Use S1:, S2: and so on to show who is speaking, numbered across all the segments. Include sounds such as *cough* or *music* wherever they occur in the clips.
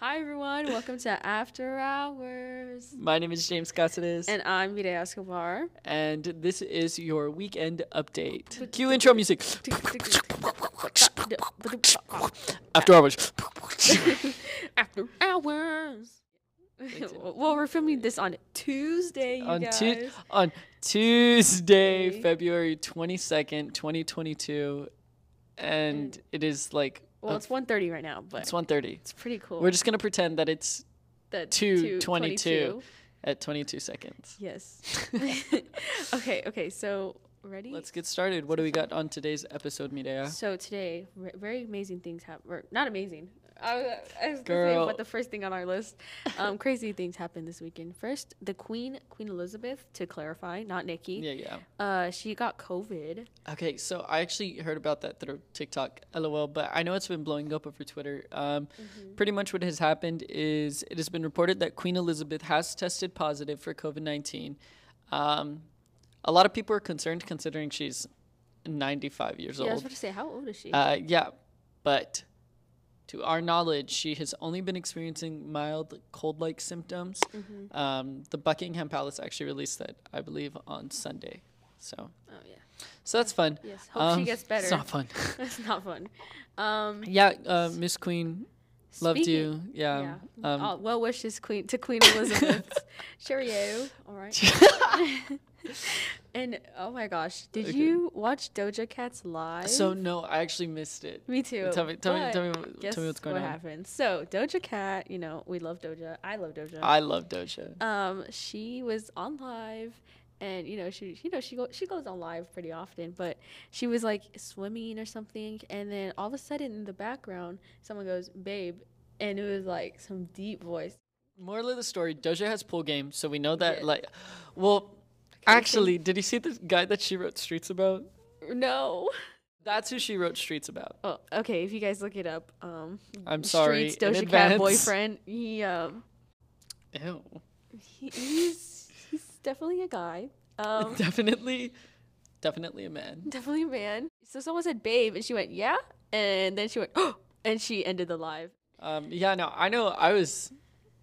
S1: Hi everyone, welcome to After Hours.
S2: My name is James Casades, and,
S1: And I'm Vida Escobar.
S2: this is your weekend update. Cue intro music.
S1: *laughs*
S2: After hours.
S1: *laughs* After Hours. *laughs* well, we're filming this on Tuesday, you
S2: on,
S1: guys.
S2: tu- on Tuesday,
S1: Okay.
S2: February 22nd, 2022. And it is like,
S1: well,
S2: uh,
S1: it's 1.30 right now, but it's,
S2: it's 1.30.
S1: pretty cool.
S2: We're just going to pretend that it's
S1: The
S2: two
S1: 2
S2: 22. at 22 seconds.
S1: Yes. *laughs* okay, okay, so ready?
S2: Let's get started. What do we got on today's episode, Mireya?
S1: So today, re- very amazing things happen. Or not amazing. I was, I was gonna say
S2: Girl.
S1: what the first thing on our list. Um, crazy things happened this weekend. First, the Queen, Queen Elizabeth, to clarify, not Nikki.
S2: Yeah, yeah.
S1: Uh, she got COVID.
S2: Okay, so I actually heard about that through TikTok, lol. But I know it's been blowing up over Twitter. Um, Pretty much what has happened is it has been reported that Queen Elizabeth has tested positive for COVID nineteen. Um, a lot of people are concerned considering she's ninety five years
S1: Yeah, I was
S2: old.
S1: about to say, how old is she?
S2: Uh, yeah, but to our knowledge, she has only been experiencing mild cold like symptoms. Um, the Buckingham Palace actually released that, I believe, on Sunday. So,
S1: oh yeah.
S2: so that's fun.
S1: Yes. Hope she
S2: Um,
S1: gets better. *laughs*
S2: It's not fun.
S1: That's not fun. Um,
S2: yeah, uh, Miss Queen, loved
S1: speaking-
S2: you. Yeah.
S1: yeah.
S2: Um,
S1: oh, well wishes Queen to Queen Elizabeth.
S2: *laughs*
S1: Cheerio. All right. *laughs* and oh my gosh, did
S2: Okay.
S1: you watch Doja Cat's live?
S2: so no, I actually missed it.
S1: Me too.
S2: Tell me, tell me,
S1: but
S2: tell me, what-
S1: guess
S2: tell me what's going
S1: what
S2: on.
S1: happened. So Doja Cat, you know, we love Doja. I love Doja.
S2: I love Doja.
S1: um, she was on live, and you know she, you know she go, she goes on live pretty often, but she was like swimming or something, and then all of a sudden in the background, someone goes, "Babe," and it was like some deep voice.
S2: Moral of the story: Doja has pool game, so we know that.
S1: Yeah.
S2: Like, well,
S1: you
S2: actually, did you see the guy that she wrote Streets about?
S1: No.
S2: That's who she wrote Streets about.
S1: Oh, okay. If you guys look it up, um,
S2: I'm sorry.
S1: Streets
S2: in
S1: Doja Cat
S2: advance.
S1: boyfriend. He um,
S2: *laughs* Ew.
S1: he, he's he's definitely a guy. Um.
S2: Definitely, definitely a man.
S1: *laughs* Definitely a man. So someone said babe, and she went, yeah. And then she went, oh, and she ended the
S2: *gasps*
S1: live.
S2: Um, yeah, no, I know. I was,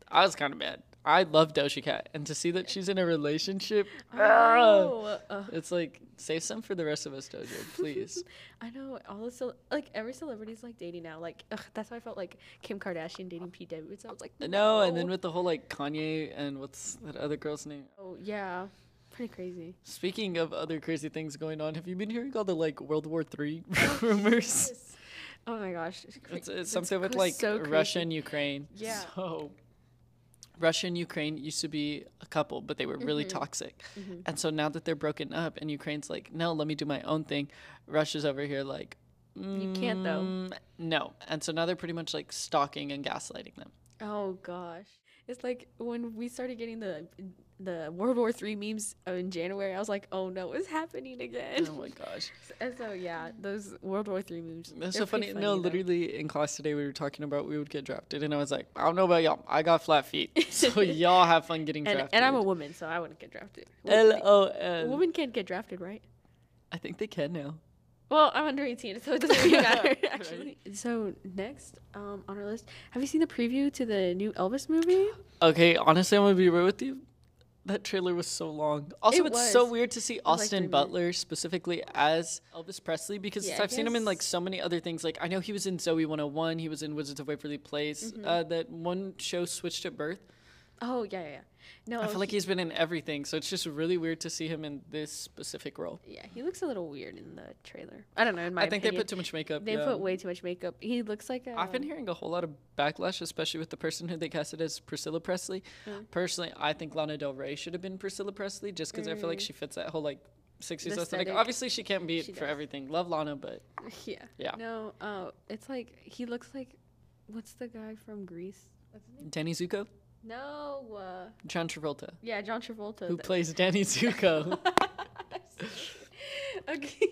S2: I was kind of mad. I love Doja Cat, and to see that she's in a relationship, ah,
S1: Oh, uh,
S2: it's like save some for the rest of us,
S1: *laughs*
S2: Doja, please.
S1: I know. All the cel- like every celebrity's like dating now. Like ugh, that's why I felt like Kim Kardashian dating Pete Davidson. I was like, no.
S2: no, and then with the whole like Kanye and what's that other girl's name?
S1: oh yeah, pretty crazy.
S2: Speaking of other crazy things going on, have you been hearing all the like World War Three *laughs* rumors?
S1: Oh my gosh, it's, Oh, cra-
S2: It's, it's
S1: it's
S2: something with
S1: cr-
S2: like
S1: so crazy.
S2: Russia and Ukraine.
S1: Yeah.
S2: So Russia and Ukraine used to be a couple, but they were really
S1: Mm-hmm.
S2: toxic. And so now that they're broken up and Ukraine's like, no, let me do my own thing, Russia's over here like,
S1: You can't, though.
S2: "Mm, No. And so now they're pretty much like stalking and gaslighting them.
S1: Oh gosh, it's like when we started getting the the World War Three memes in January. I was like, oh no, it's happening again.
S2: *laughs* Oh my gosh.
S1: *laughs* And so yeah, those World War Three movies.
S2: That's
S1: they're
S2: so funny.
S1: pretty
S2: No,
S1: though.
S2: literally in class today we were talking about we would get drafted, and I was like, I don't know about y'all. I got flat
S1: *laughs*
S2: feet, so y'all have fun getting
S1: And,
S2: drafted.
S1: and
S2: *laughs*
S1: I'm a woman, so I wouldn't get drafted. Women-
S2: LOL.
S1: Women can't get drafted, right?
S2: I think they can now.
S1: Well, I'm under 18, so it doesn't really *laughs* matter
S2: Right.
S1: actually. So next um, on our list, have you seen the preview to the new Elvis movie?
S2: Okay, honestly, I'm gonna be real with you. That trailer was so long. Also,
S1: It
S2: it's so
S1: was.
S2: weird to see
S1: was like
S2: Austin
S1: three minutes.
S2: Butler specifically as Elvis Presley because
S1: Yeah, I
S2: I've seen him in like
S1: guess-
S2: so many other things. Like I know he was in Zoe 101, he was in Wizards of Waverly Place.
S1: Mm-hmm.
S2: Uh, that one show Switched at Birth.
S1: *gasps* Oh yeah, yeah. yeah. No,
S2: I feel like
S1: he,
S2: he's been in everything, so it's just really weird to see him in this specific role.
S1: yeah, he looks a little weird in the trailer. I don't know. In my
S2: I think they
S1: opinion.
S2: put too much makeup.
S1: They
S2: yeah.
S1: put way too much makeup. He looks like um, a.
S2: I've been hearing a whole lot of backlash, especially with the person who they casted as Priscilla Presley.
S1: Mm.
S2: Personally, I think Lana Del Rey should have been Priscilla Presley just because I feel like she fits that whole like 60s
S1: The
S2: aesthetic.
S1: Mm. aesthetic.
S2: Obviously, she can't be it
S1: She
S2: for
S1: does.
S2: everything. Love Lana, but
S1: *laughs* Yeah.
S2: Yeah.
S1: No, uh, it's like he looks like, what's the guy from Greece? What's his name?
S2: Danny Zuko,
S1: No. Uh,
S2: John Travolta,
S1: yeah, John Travolta.
S2: who
S1: the-
S2: plays Danny Zuko.
S1: *laughs* okay.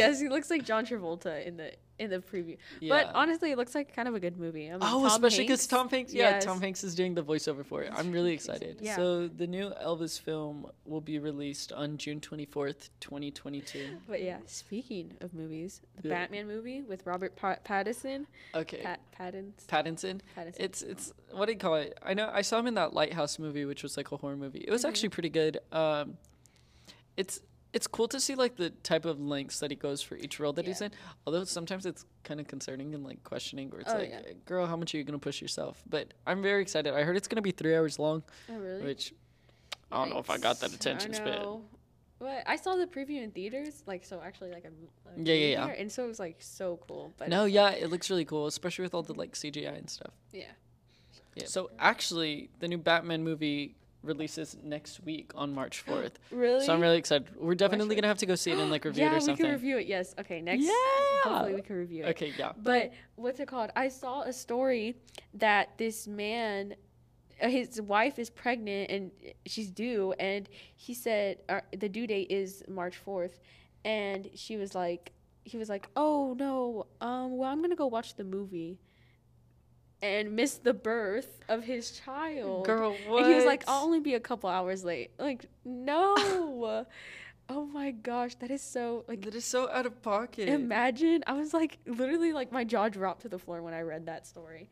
S1: yes, he looks like John Travolta in the in the preview.
S2: Yeah.
S1: *laughs* But honestly, it looks like kind of a good movie. I mean,
S2: Oh,
S1: Mm, Tom
S2: especially because
S1: Hanks-
S2: Tom Hanks, yeah,
S1: Yes.
S2: Tom Hanks is doing the voiceover for it. I'm really excited.
S1: Yeah.
S2: So the new Elvis film will be released on June 24th, 2022.
S1: But yeah, speaking of movies, the
S2: Yeah.
S1: Batman movie with Robert pa- Pattinson,
S2: Okay,
S1: Pat Pattins,
S2: Pattinson.
S1: Pattinson.
S2: It's it's what do you call it? I know I saw him in that Lighthouse movie, which was like a horror movie. It was
S1: Mhm.
S2: actually pretty good. Um, it's it's cool to see like the type of lengths that he goes for each role that he's
S1: Yeah.
S2: in. Although sometimes it's kind of concerning and like questioning, where it's
S1: Oh,
S2: like,
S1: yeah.
S2: "Girl, how much are you gonna push yourself?" But I'm very excited. I heard it's gonna be three hours long,
S1: oh really?
S2: which I don't know if I got that attention span.
S1: But I saw the preview in theaters, like so actually like a, a
S2: Yeah, yeah,
S1: movie
S2: yeah.
S1: theater, and so it was like so cool. But
S2: No, yeah, it looks really cool, especially with all the like CGI and stuff.
S1: yeah,
S2: So actually, the new Batman movie releases next week on
S1: *gasps*
S2: March 4th.
S1: really.
S2: So I'm really excited. We're definitely
S1: Watch
S2: gonna have to go see it and
S1: *gasps*
S2: like review
S1: yeah,
S2: it or
S1: we
S2: something.
S1: can review it. Yes. Okay. Next. Hopefully
S2: Yeah.
S1: we can review it.
S2: okay, yeah.
S1: But what's it called? I saw a story that this man, uh, his wife is pregnant and she's due, and he said uh, the due date is March fourth, and she was like, he was like, oh no, um, well I'm gonna go watch the movie, and miss the birth of his child.
S2: Girl, what?
S1: And he was like, "Oh, I'll only be a couple hours late. Like,
S2: *laughs*
S1: no. oh my gosh, that is so like
S2: that is so out of pocket.
S1: Imagine. I was like, literally, like my jaw dropped to the floor when I read that story.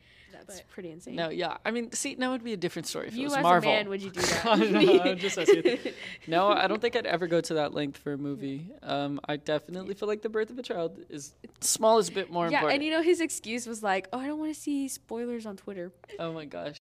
S1: That's pretty insane.
S2: no, yeah. I mean, see, now it'd be a different story if
S1: You
S2: it was
S1: as a
S2: Marvel.
S1: man, would you
S2: *laughs*
S1: do that?
S2: I know, I'm
S1: *laughs*
S2: just messing with you. No, I don't think I'd ever go to that length for a movie. Um, I definitely feel like the birth of a child is small is a bit more
S1: yeah,
S2: important.
S1: and you know his excuse was like, "Oh, I don't want to see spoilers on Twitter."
S2: oh my gosh.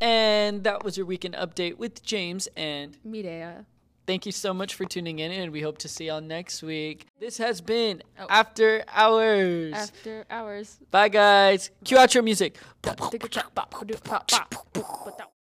S2: And that was your weekend update with James and
S1: Medea.
S2: Thank you so much for tuning in, and we hope to see y'all next week. This has been After Hours.
S1: After hours.
S2: Bye, guys. Cue outro music.
S1: Tick-a-tack, bop, ba-doop, pop, bop. Ba-doop.